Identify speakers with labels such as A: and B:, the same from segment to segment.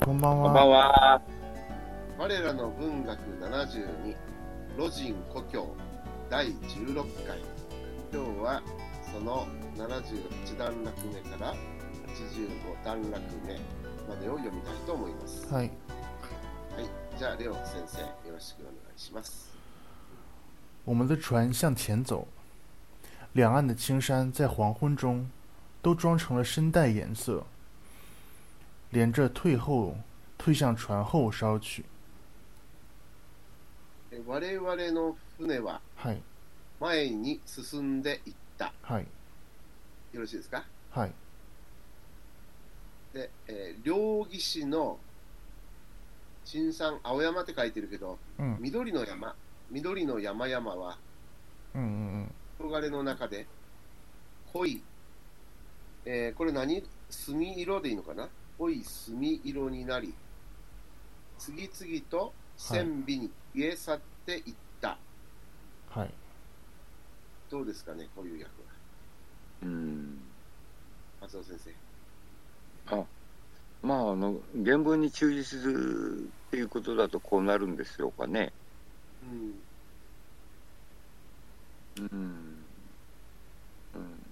A: ばん
B: こん
A: は。
B: ばん
C: 啊
B: は。
C: 我らの文学72ロジン故郷第16回今日はその78段落目から85段落目までを読みたいと思います、は
A: はい。
C: い、じゃあレオ先生よろしくお願いします
A: 我们的船向前走，两岸的青山在黄昏中都装成了深带颜色，连着退后退向船后梢去。
C: え我々の船は
A: はい
C: 前に進んでいった
A: はい
C: よろしいですか
A: はい
C: で、えー両岸の新山青山って書いてるけど
A: うん
C: 緑の山緑の山々は
A: うん
C: 嗯
A: うん
C: 憧れの中で濃い、えーこれ何墨色でいいのかな濃い墨色になり次々と線尾に消え去っていった、
A: はい。
C: どうですかねこういう役は
B: うん。
C: 松尾先生
B: まあ、あの、原文に忠実っていうことだとこうなるんでしょうかね。
C: うん
B: うん。うん。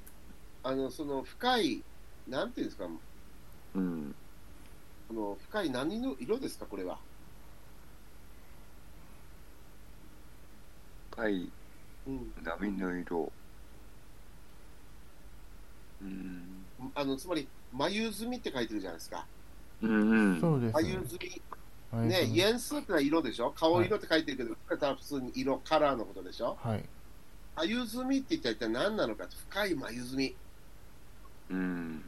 C: あのその深いなんていうんですか
B: うん。
C: この深い何の色ですかこれは
B: 深い
C: うん
B: 波の色。うん。
C: あのつまり眉墨って書いてるじゃないですか
B: うん、うん。
A: そうです哎
C: 眉
A: ね。
C: 墨
A: はい
C: ねイエンスってのは色でしょ顔色って書いてるけど、これは普通に色カラーのことでしょ
A: はい。
C: 眉墨って一体何なのかと深い眉墨
B: うん。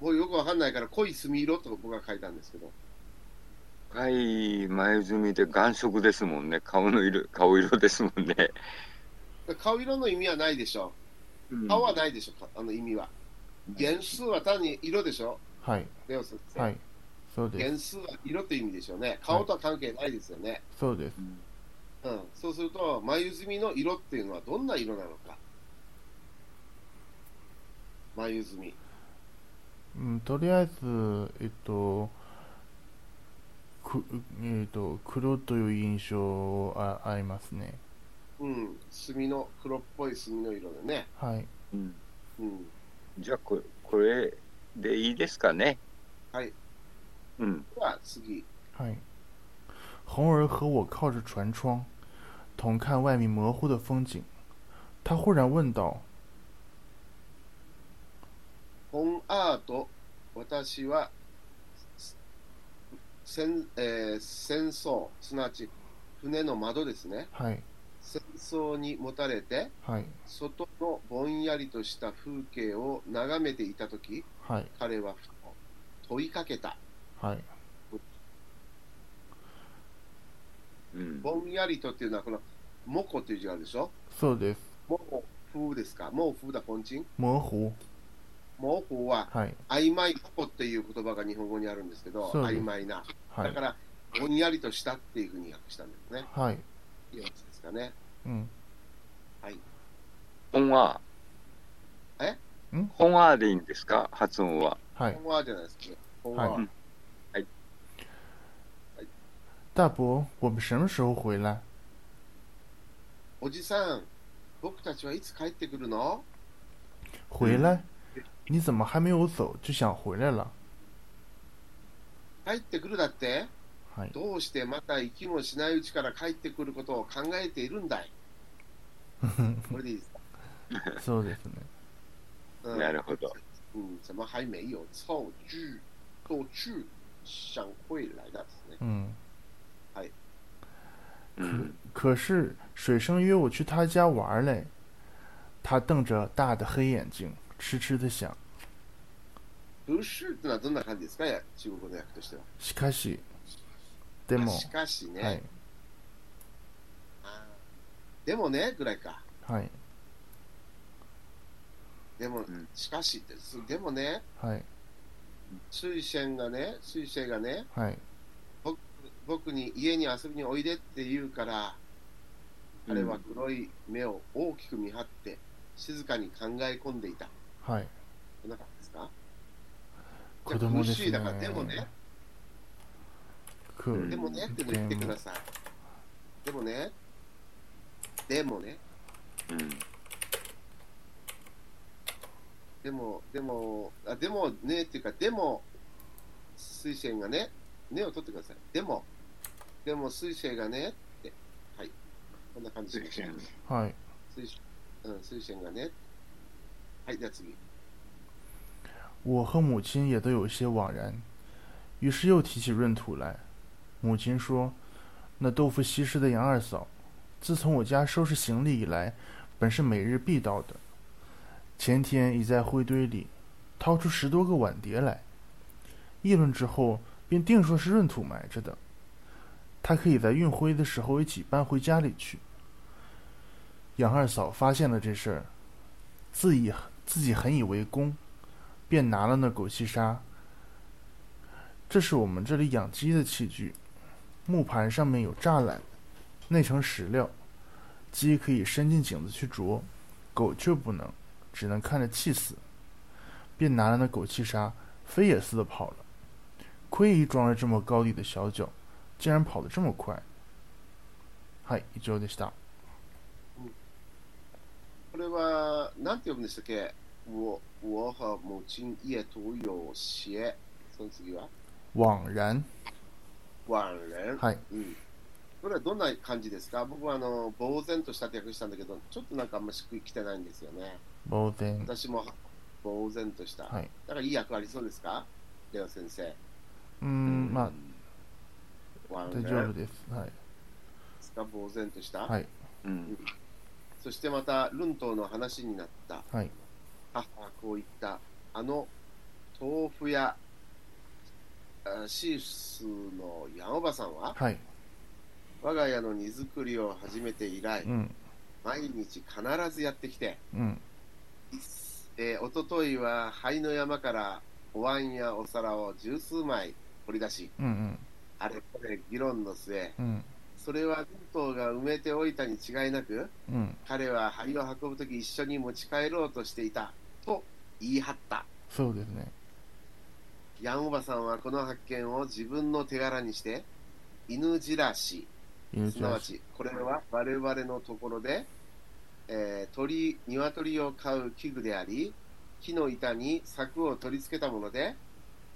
C: もうよくわかんないから濃い墨色と僕が書いたんですけど
B: 深い前墨で眼色ですもんね。顔の色、顔色ですもんね。
C: 顔色の意味はないでしょ顔はないでしょあの意味は原数は単に色でしょ
A: はい
C: レオ先生、
A: はい。そうです
C: 原数は色という意味でしょうね顔とは関係ないですよね、
A: そうです。
B: うん
C: うん、そうすると眉墨の色っていうのはどんな色なのか眉墨
A: うんとりあえずえっと。くえっと黒という印象をあありますね。
C: うん墨の黒っぽい墨の色でね
A: はい
B: うん
C: うん
B: じゃあこれ、これでいいですかね。
C: はい。
B: うん。
C: では次
A: 嗨，红儿和我靠着船窗，同看外面模糊的风景。他忽然问道
C: 本アート、私は戦,、えー戦争、すなわち船の窓ですね。：“
A: 嗨，
C: 戦争にもたれて、
A: 嗨，
C: 外のぼんやりとした風景を眺めていたとき、
A: 嗨，
C: 彼はふと問いかけた。
A: 嗨，
B: うん。
C: ぼんやりとっていうのは、この、もこという字があるでしょ。
A: そうです。
C: もう風ですか。もう風だ、ポンチン。
A: 模糊。
C: もう風は、
A: はい、
C: 曖昧ここっていう言葉が日本語にあるんですけど、
A: そうです
C: 曖昧な。
A: は
C: だ
A: い
C: か、ら、ぼんやりとしたっていうふうに訳したんですね。
A: はい、
C: いいやつですかね。
A: うん、
B: 本は
C: え
A: ん
B: 本はでいいんですか発音は。
A: はい。
C: 本はじゃないですか。本は。
A: はい
B: はい
A: 大伯，我们什么时候回来？
C: おじさん、僕たちはいつ帰ってくるの
A: 回来？你怎么还没有走就想回来了？
C: 帰ってくるだって
A: 嗨，
C: どうしてまた息もしないうちから帰ってくることを考えているん だいこれでいいですか、
A: そうですね。
C: うん、
B: なるほど。
C: うん、怎么还没有凑聚凑聚想回来的ですね。
A: 嗯，
B: うん。
A: 可是水生约我去他家玩儿嘞。他瞪着大的黑眼睛，痴痴的想。
C: ルシュってのはどんな感じですかや中国語の訳としては。
A: しかし、でも、
C: しかしね、
A: はい、
C: あーでもね、ぐらいか。
A: はい、
C: でも、
B: ん
C: しかしって、でもね、
A: はい、
C: 水仙がね、水仙がね、
A: はい、
C: 僕に家に遊びにおいでって言うから、彼は黒い目を大きく見張って、静かに考え込んでいた。
A: はい。
C: こんな感じですか
A: 子供です
C: じゃあ苦しい
A: ね
C: だから、でもね、
A: く、
B: うん
C: でもね、でも言ってください。でもね、でもね、
B: う
C: でも、でも、あでもねっていうか、でも、水星がね、ねを取ってください。でも、でも水星がねって、はい。こんな感じ
B: ん。
C: で。
B: 水
C: 水
B: 星
A: はい。
C: 星うん、水星がね。はい、じゃあ次。
A: 我和母亲也都有些惘然，于是又提起闰土来。母亲说：“那豆腐西施的杨二嫂，自从我家收拾行李以来，本是每日必到的。前天已在灰堆里掏出十多个碗碟来，议论之后便定说是闰土埋着的。她可以在运灰的时候一起搬回家里去。”杨二嫂发现了这事儿，自以自己很以为功。便拿了那狗细沙。这是我们这里养鸡的器具，木盘上面有栅栏，内成食料，鸡可以伸进颈子去啄，狗却不能，只能看着气死。便拿了那狗细沙，飞也似的跑了。亏一装了这么高底的小脚，竟然跑得这么快。はい、以上でした。
C: これは、なんて呼ぶんでしたっけ我我和母亲也都有些。その次は
A: 枉然。
C: 万人。
A: はい。
C: うん。これはどんな感じですか僕はあの、呆然としたって訳したんだけど、ちょっとなんかあんましっくりきてないんですよね。
A: 呆然。
C: 私も呆然とした。
A: はい。
C: だからいい役ありそうですかレオ先生。
A: うーん、まあ、
C: ワン
A: 大丈夫です。はい。
C: ですか呆然とした。
A: はい
B: うん。
C: そしてまた、ルントーの話になった。
A: はい。
C: 母はこう言った。あの、豆腐屋、あシースのヤンおばさんは、
A: はい。
C: 我が家の荷造りを始めて以来
A: う、ん。
C: 毎日必ずやってきて、
A: うん。
C: えー、おとといは灰の山からお椀やお皿を十数枚掘り出し、
A: うんうん。
C: あれこれ議論の末、
A: うん
C: それはルントーが埋めておいたに違いなく、
A: うん、
C: 彼は針を運ぶとき一緒に持ち帰ろうとしていたと言い張った。
A: そうですね。
C: ヤンおばさんはこの発見を自分の手柄にして、犬じらし、
A: 犬
C: す
A: じ
C: な
A: ら
C: わ
A: し。
C: ちこれは我々のところで、えー鳥、鶏を飼う器具であり、木の板に柵を取り付けたもので、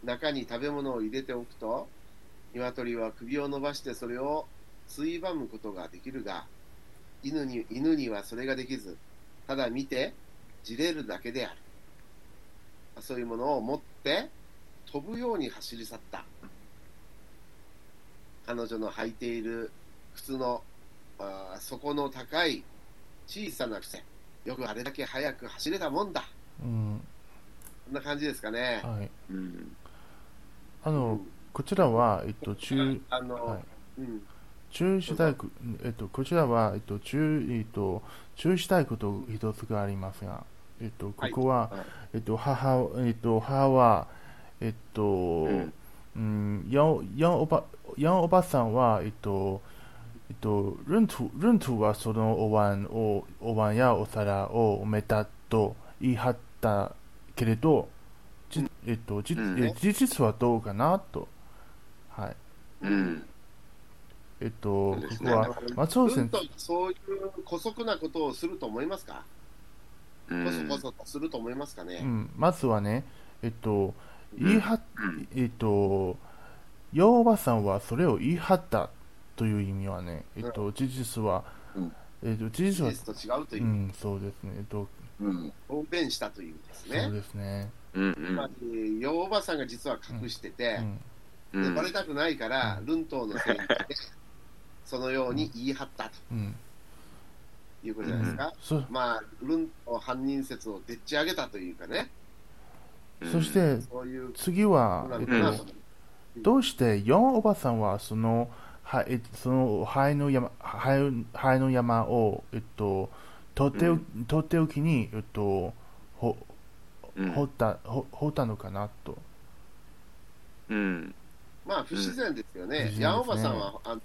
C: 中に食べ物を入れておくと、鶏は首を伸ばしてそれをついばむことができるが、犬に犬にはそれができず、ただ見て、じれるだけである。そういうものを持って、飛ぶように走り去った。彼女の履いている靴のあー底の高い小さな靴。よくあれだけ速く走れたもんだ。
A: うん、
C: こんな感じですかね。
A: はい。
B: うん。
A: あ
C: う
A: の、
C: ん
A: こちらは、えっと、中、
C: あの、
A: はい
C: うん、
A: 中止たいこ、えっと、こちらは、えっと、中、えっと、注意したいこと一つがありますが、えっと、ここは、
B: はい
A: えっと、母、えっと、母は、えっと、
B: うん
A: うん、ヤン、ヤンおば、ヤンおばさんは、えっと、えっと、ルント、ルントはそのお椀を、お椀やお皿を埋めたと言い張ったけれど、じえっと、じ、
B: うん
A: え事実はどうかなと。はい。
B: うん。
A: えっと、
B: そうです
A: こ
B: ね
A: こは、松尾
C: う
A: 先
C: ん
A: 生
C: と、そういう姑息なことをすると思いますか、
B: う
C: こそ
B: ん
C: こ。そとすると思いますか
A: う
C: ね、
A: ん、まずはね、えっと、
B: うん
A: 言い張っ、
B: うん
A: えっと、ヨおばさんはそれを言い張ったという意味はね、えっと、事実は、
B: うん
A: えっと、事実
C: 事
A: は、
C: 実と違うというう、
A: ん、そうですね、えっと、
B: うん。
C: 方便したというんです
A: そう
C: ね。
A: ですね、
B: うん。
C: つまり、洋おばさんが実は隠してて、
A: うん、
B: うん。
C: でバレたくないから、
A: うん
C: ルントーのせいにして、そのように言い張ったと
A: うん、
C: いうことじゃないですか。
A: そ、
C: まあ、ルントー犯人説をでっち上げたというかね、
B: うん
A: そし、て、
C: そういう
A: 次
C: ことな
A: は、え
C: の
A: っ
C: かなと
A: と、どうしてヨおばさんはその、はえっと、その灰の山灰灰の山を、えっと、とってお,、とっておきに、えっと、ほ
B: うん
A: 掘った、ほ掘ったのかなと。
B: うん。
C: まあ、不自然ですよ
A: うん不
C: ね
A: 自然です。ね
C: ヤンオバさんは、あの、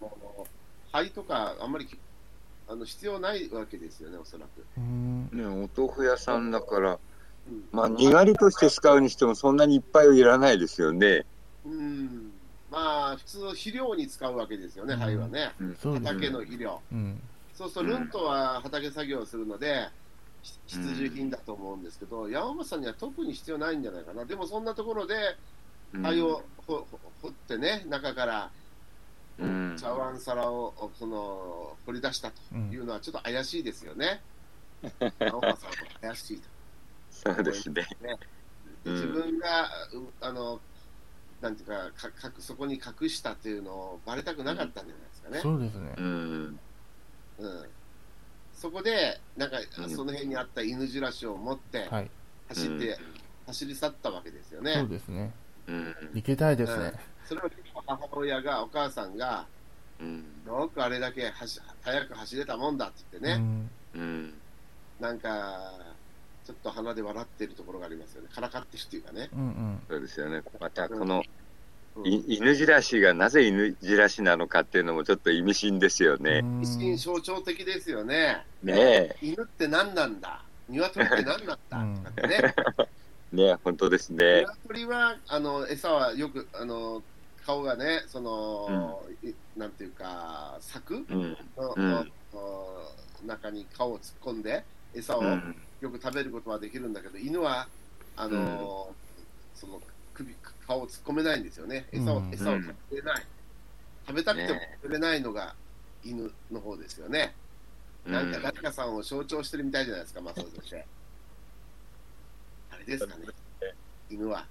C: 肺とか、あんまりき、あの、必要ないわけですよね、おそらく。
A: うん
B: ね、お豆腐屋さんだから、
C: うん。
B: まあ、にがりとして使うにしても、そんなにいっぱいはいらないですよね。
C: うん。まあ普通肥料に使うわけですよね、
A: うん
C: 灰はね、
A: そうです。
C: 畑の肥料、
A: うん。
C: そうすると
B: うん
C: ルントは畑作業をするので、ひ
B: うん
C: 必需品だと思うんですけど、山本さんには特に必要ないんじゃないかな、でもそんなところで
B: うん
C: 灰をほほ掘ってね、中から
B: うん
C: 茶碗皿をおその掘り出したというのは、ちょっと怪しいですよね、山本さんは怪しいと。
B: そうですね。うん
C: 自分が、うあのなんていうかかかそこに隠したっていうのをバレたくなかったんじゃないですかね。
A: そうですね
B: う。ん。
C: うん、そこで、なんか、
B: うん
C: その辺にあった犬じらしを持って、
A: はい。
C: 走って、走り去ったわけですよ
A: そ
C: ね
A: う。ですね。
B: うん。
A: 行けたいですね。
C: それを母親が、お母さんが、
B: うん。
C: よくあれだけ走早く走れたもんだって言ってね、
A: うん。
B: うん。
C: なんか、ちょっと鼻で笑ってるところがありますよね。からかってるっていうかね。
A: うんうん。
B: そうですよね。またこの
C: うん
B: い犬じらしがなぜ犬じらしなのかっていうのもちょっと意味深ですよ
A: う
B: ね。
A: ん
C: 一心象徴的ですよね。
B: ね
C: 犬って何なんだ鶏って何なんだ、
A: うん
C: とかってね。
B: え、ねえ、本当ですね。
C: 鶏はあの餌はよくあの顔がねその、いなんていうか柵
B: うん。
C: の、
B: うん
C: の中に顔を突っ込んで餌を
B: うん。
C: よく食べることはできるんだけど、犬はあの、その首顔を突っ込めないんですよね餌を,、
A: うん
C: 餌を食べれない食べたくても
B: ね
C: 食べれないのが犬の方ですよね、
B: うん
C: なんか誰かさんを象徴してるみたいじゃないですかマサオとしてあれですかね犬は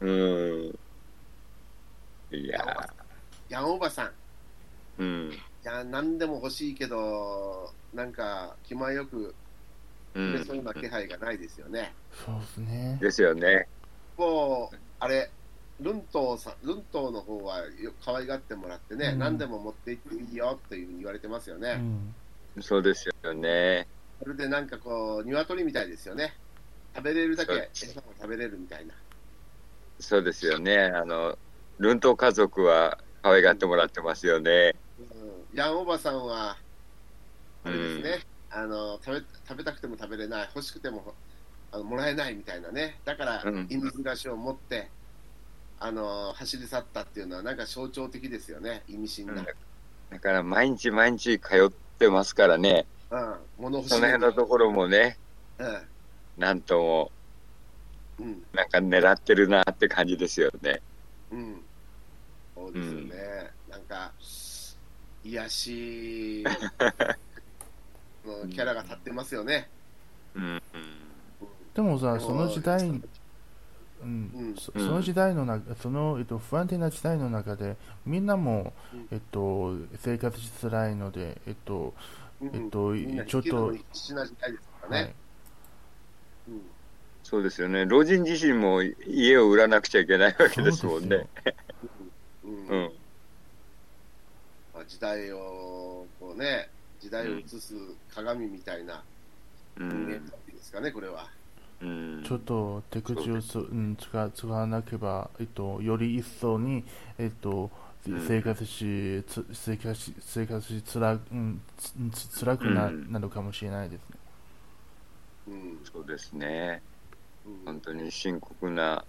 B: うん。いや
C: ヤンおばさん
B: ー、うん。
C: いや、何でも欲しいけど、なんか、気前よく
B: う
C: 売
B: ん
C: れそうな気配がないですよね。
A: そうですね。
B: ですよね。
C: もう、あれ、ルントーさん、ルントーの方はよ可愛がってもらってね、
A: うん
C: 何でも持って行っていいよっていうふうに言われてますよ
A: う
C: ね。
A: ん。
B: そうですよね。
C: それでなんかこう、鶏みたいですよね。食べれるだけ、
B: そう
C: 餌を食べれるみたいな。
B: そうですよね。あの、ルント家族は可愛がってもらってますよね。
C: うん、ヤンおばさんは、あれです
B: う
C: ね、あの食べ食べたくても食べれない、欲しくてもあのもらえないみたいなね、だから
B: うん
C: 犬暮らしを持って、あの走り去ったっていうのは、なんか象徴的ですよね、意味深な。うん
B: だから毎日毎日通ってますからね。
C: 物欲し
B: その辺のところもね、なんとも、
C: うんうん
B: なんか狙ってるなって感じですよね。
C: うん、そうですよね、なんか、癒しのキャラが立ってますよね。
B: うん。
A: でもさ、
C: うん
A: その時代、うん
C: うん
A: そその時代の中、その、えっと、不安定な時代の中で、みんなも
C: うん、
A: えっと、生活しづらいので、えっと、
C: うん
A: えっと
C: みんな
A: ちょ
C: 生
A: っと
C: きるのに必死な時代ですからね。
A: はい、
C: うん
B: そうですよね。老人自身も家を売らなくちゃいけないわ
A: そ
B: け
A: う
B: で
A: ですす
B: も
A: よ
B: んね。
C: うん
B: うん。
C: まあ、時代をこうね時代を映す鏡みたいな
B: う
C: 人間
B: ん。
C: 関係ですかね、これは。
B: うん
A: ちょっと手口をす、うん、使使わなければ、えっと、より一層に、えっと、
B: うん
A: 生活し、つ生活し、生活しつら、うん、つつ辛くな,、
B: うん
A: なるかもしれないですね。
C: うん
B: そうですね。
C: う
B: 本
C: ん
B: 当に深刻な、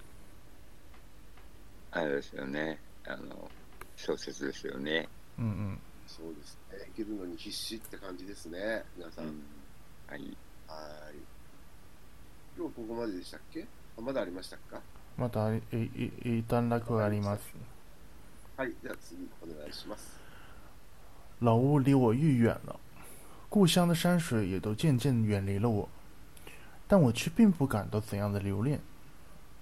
B: あれですよね。あの、小説ですよね。
A: うんうん。
C: そうですね生きるのに必死って感じですね皆さん。
B: はい。
C: はーい今日ここまででしたっけあまだありましたか
A: また、え、え、え、短絡があります。
C: はいじゃあ次お願いします。
A: 老屋离我愈远了，故乡的山水也都渐渐远离了我，但我却并不感到怎样的留恋。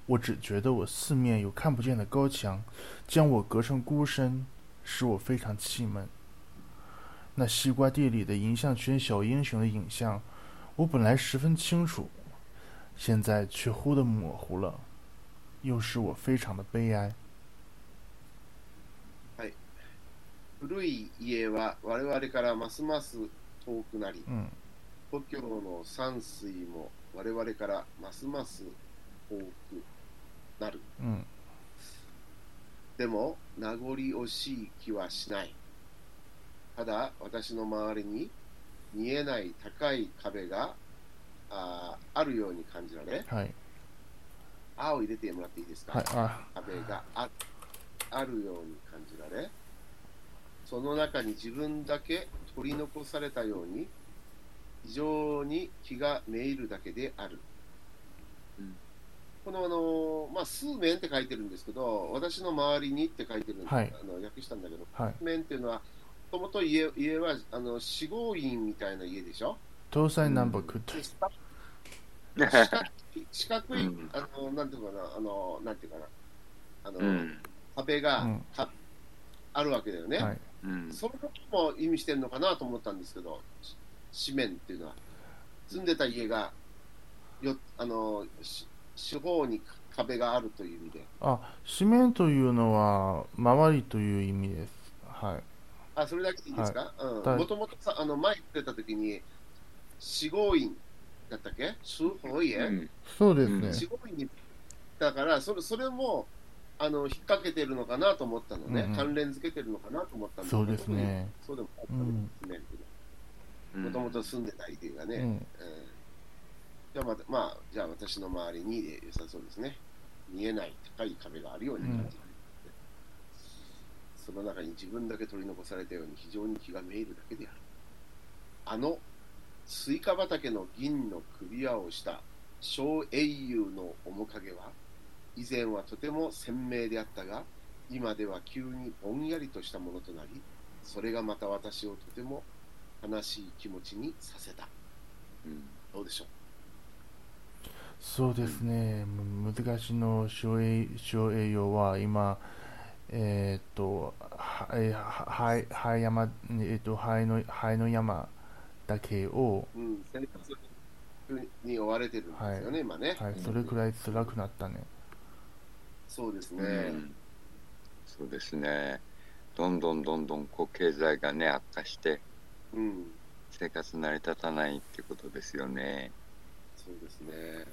A: 我只觉得我四面有看不见的高墙，将我隔成孤身，使我非常气闷。那西瓜地里的银项圈小英雄的影像，我本来十分清楚，现在却忽的模糊了，又使我非常的悲哀。
C: 古い家は我々からますます遠くなり
A: 嗯
C: 故郷の山水も我々からますます遠くなる。
A: 嗯
C: でも名残惜しい気はしない。ただ私の周りに見えない高い壁があーあるように感じられ、
A: 嗨
C: 青入れてもらっていいですか、
A: 嗨啊
C: 壁があああるように感じられその中に自分だけ取り残されたように非常に気がめいるだけである、
B: うん
C: このあの、まあ、数面って書いてるんですけど私の周りにって書いてるんで、
A: はい
C: あの訳したんだけど
A: はい。
C: 面っていうのはもともと家家はあの四合院みたいな家でしょ
A: 東西南北と
C: で下四角い、四角い
B: うん
C: あの、なんていうかな、あの、なんていうかな、あの、
B: うん。
C: 壁が、
A: うん
C: はあるわけだよね。
A: はい。
B: うん。
C: その時も意味してるのかなと思ったんですけど、し四面っていうのは、住んでた家が、よあの、し四方に壁があるという意味で。
A: あ、四面というのは周りという意味です。はい。
C: あ、それだけでいいですか、
A: は
C: う
A: い
C: ん。もともとさ、あの、前言ってた時に、四合院だったっけ四合院、
B: うん
A: そうです
B: うん
A: ね。
C: すごいにだからそれそれもあの引っ掛けてるのかなと思ったのね、
A: うんうん
C: 関連付けてるのかなと思ったんだけ
A: そ
C: ど
A: うですね。
C: そうでもなかったんですね、
B: う
C: も
B: ん
C: ともと住んでた家がね、うん
A: ん。
C: じゃあまたまあじゃあ私の周りにで良さそうですね見えない高い壁があるように感じる、その中に自分だけ取り残されたように非常に気がめいるだけであるあのスイカ畑の銀の首輪をした小英雄の面影は以前はとても鮮明であったが今では急にぼんやりとしたものとなりそれがまた私をとても悲しい気持ちにさせた
B: うん
C: どうでしょ
A: そうですね。む難しいの省栄省栄養は今、えーっと、はえーははいはい山えーっとはいのはいの山だけを
C: う、うん、生活に追われてるんですよね、今ね、
A: はいそれくらい辛くなったね。
C: そうですね、
B: うんそうですね。どんどんどんどんこう経済がね悪化して
C: うん、
B: 生活成り立たないってことですよね。
C: そうですね。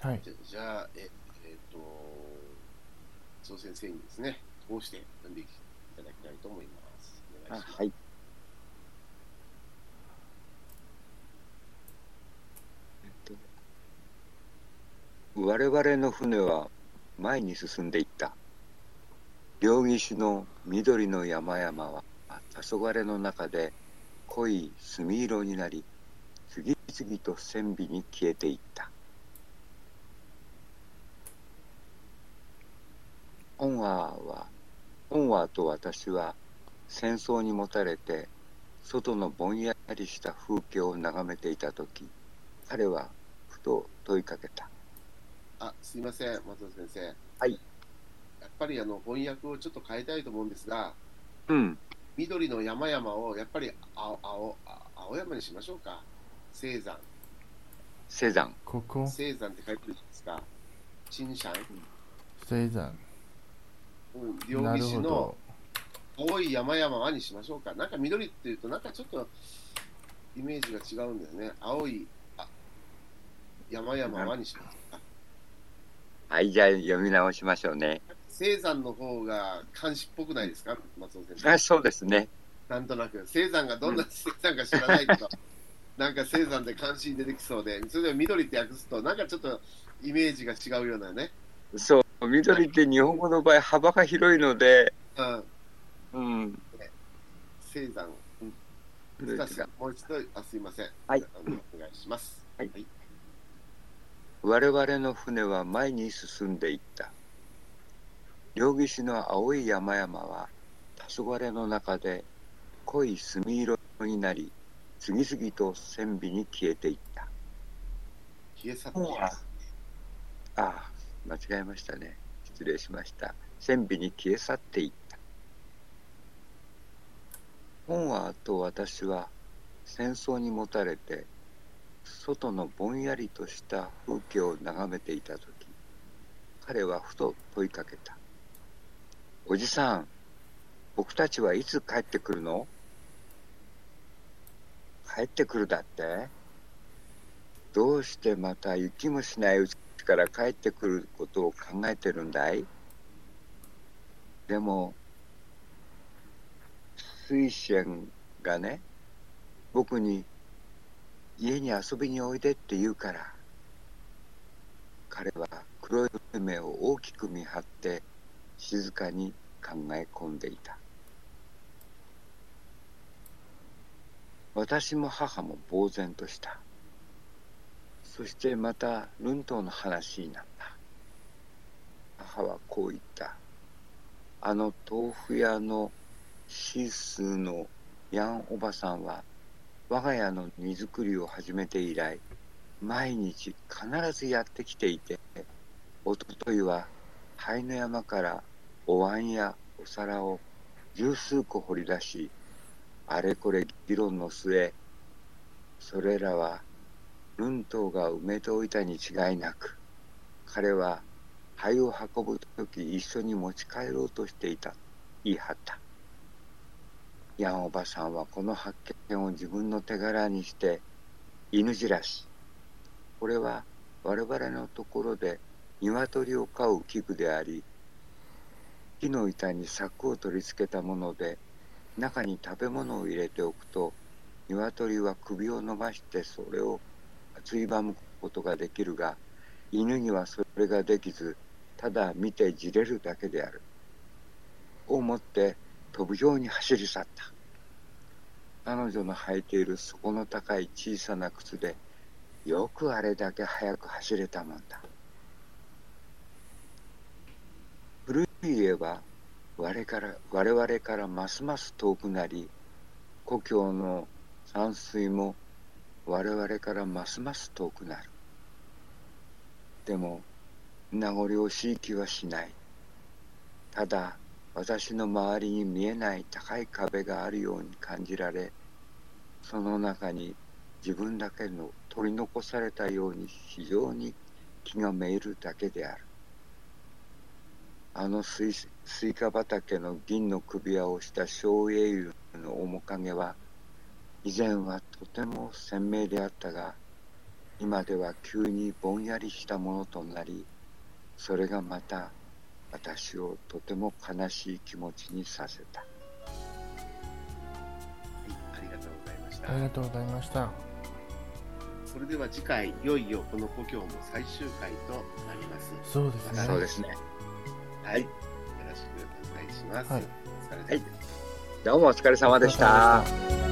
A: はい。
C: じゃじゃあ、ええっと、総先生にですね、通して読んでいただきたいと思います。お願いします。
B: い。我々の船は前に進んでいった。両岸の緑の山々は黄昏の中で濃い墨色になり、次々と線尾に消えていった。オンワーは、オンワーと私は戦争にもたれて外のぼんやりした風景を眺めていた時彼はふと問いかけた
C: あ、すいません、松尾先生。
B: はい。
C: やっぱりあの翻訳をちょっと変えたいと思うんですが、
B: うん
C: 緑の山々をやっぱり青青あ青山にしましょうか。青山。
B: セザン
A: ここ
C: 青山って書いてるじゃないですか。陳山。
A: 生産。
C: うん、両
A: なる
C: 岸
A: ほ
C: の
A: ど。
C: 青い山々はにしましょうか。なんか緑っていうと、なんかちょっとイメージが違うんだよね。青いあ山々はにしましょうか。
B: はいじゃあ読み直しましょうね
C: 青山の方が漢詩っぽくないですか、松尾先生。
B: あそうですね
C: なんとなく。青山がどんな青山か知らないけど、なんか青山で漢詩に出てきそうで、それで緑って訳すと、なんかちょっとイメージが違うようなね。
B: そう緑って日本語の場合幅が広いので
C: うん、青
B: うん
C: 山。うん
B: それ
C: 難
B: で
C: しいもう一度、あすいません。
B: はい
C: あのお願いします。
B: はい我々の船は前に進んでいった両岸の青い山々は黄昏の中で濃い墨色になり次々と線尾に消えていった
C: 消え去っています。
B: ああ、間違えましたね。失礼しました。線尾に消え去っていった。本はと私は戦争にもたれて、外のぼんやりとした風景を眺めていたとき、彼はふと問いかけた。おじさん、僕たちはいつ帰ってくるの帰ってくるだってどうしてまた雪もしないうちから帰ってくることを考えてるんだいでも水仙がね僕に家に遊びにおいでって言うから彼は黒い目を大きく見張って静かに考え込んでいた私も母も呆然としたそしてまたルントの話になった母はこう言ったあの豆腐屋のシースーのヤンおばさんは我が家の荷造りを始めて以来毎日必ずやってきていておとといは灰の山からお椀やお皿を十数個掘り出しあれこれ議論の末それらはルトーが埋めておいたに違いなく彼は灰を運ぶ時一緒に持ち帰ろうとしていた言い張ったヤンおばさんはこの発見を自分の手柄にして犬じらしこれは我々のところで鶏を飼う器具であり木の板に柵を取り付けたもので中に食べ物を入れておくと鶏は首を伸ばしてそれをついばむことができるが犬にはそれができずただ見てじれるだけである。を持って飛ぶように走り去った彼女の履いている底の高い小さな靴でよくあれだけ速く走れたもんだ古い家は我から我々からますます遠くなり故郷の山水も我々からますます遠くなるでも名残惜しい気はしないただ私の周りに見えない高い壁があるように感じられその中に自分だけの取り残されたように非常に気がめいるだけであるあのスイスイカ畑の銀の首輪をした小英雄の面影は以前はとても鮮明であったが今では急にぼんやりしたものとなりそれがまた私をとても悲しい気持ちにさせた
C: ありがとうございました
A: ありがとうございました。
C: それでは次回いよいよこの故郷の最終回となります
A: そうですね。
B: そうですね
C: はいよろしくお願いします、
A: はい
C: お疲れ様です
B: どうもお疲れ様でした。
A: お疲れ様でした